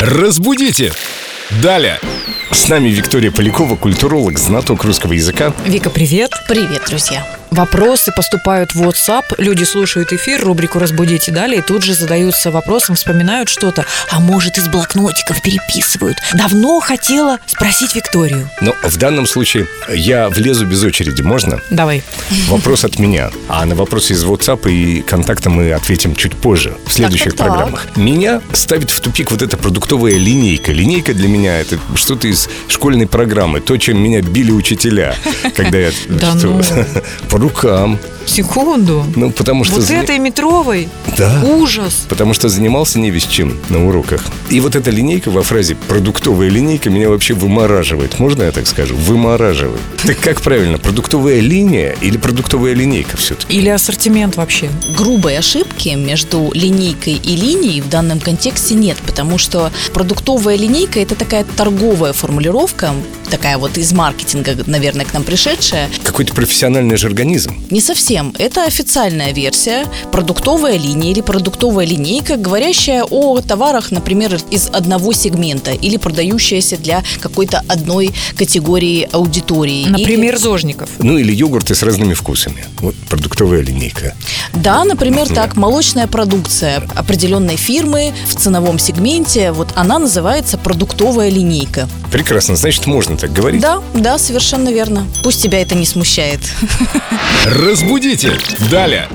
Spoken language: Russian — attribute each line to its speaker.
Speaker 1: Разбудите! Далее! С нами Виктория Полякова, культуролог, знаток русского языка.
Speaker 2: Вика, привет.
Speaker 3: Привет, друзья.
Speaker 2: Вопросы поступают в WhatsApp, люди слушают эфир, рубрику «Разбудите далее» и тут же задаются вопросом, вспоминают что-то, а может из блокнотиков переписывают. Давно хотела спросить Викторию.
Speaker 1: Но в данном случае я влезу без очереди, можно?
Speaker 2: Давай.
Speaker 1: Вопрос от меня. А на вопросы из WhatsApp и контакта мы ответим чуть позже, в следующих
Speaker 3: так.
Speaker 1: программах. Меня ставит в тупик вот эта продуктовая линейка. Линейка для меня это что-то из школьной программы, то, чем меня били учителя, когда я...
Speaker 2: Да
Speaker 1: что?
Speaker 2: ну.
Speaker 1: По рукам.
Speaker 2: Секунду.
Speaker 1: Ну, потому что...
Speaker 2: Вот
Speaker 1: зна-
Speaker 2: этой метровой?
Speaker 1: Да.
Speaker 2: Ужас.
Speaker 1: Потому что занимался не весь чем на уроках. И вот эта линейка во фразе «продуктовая линейка» меня вообще вымораживает. Можно я так скажу? Вымораживает. Так как правильно, продуктовая линия или продуктовая линейка все-таки?
Speaker 2: Или ассортимент вообще.
Speaker 3: Грубой ошибки между линейкой и линией в данном контексте нет, потому что продуктовая линейка – это такая торговая формулировка, такая вот из маркетинга, наверное, к нам пришедшая.
Speaker 1: Какой-то профессиональный жаргонизм.
Speaker 3: Не совсем. Это официальная версия, продуктовая линия или продуктовая линейка, говорящая о товарах, например, из одного сегмента или продающаяся для какой-то одной категории аудитории. Или-
Speaker 2: Например, зожников.
Speaker 1: Ну или йогурты с разными вкусами. Вот продуктовая линейка.
Speaker 3: Да, например, так, молочная продукция определенной фирмы в ценовом сегменте, вот она называется продуктовая линейка.
Speaker 1: Прекрасно, значит, можно так говорить.
Speaker 3: Да, да, совершенно верно. Пусть тебя это не смущает.
Speaker 1: Разбудите! Далее!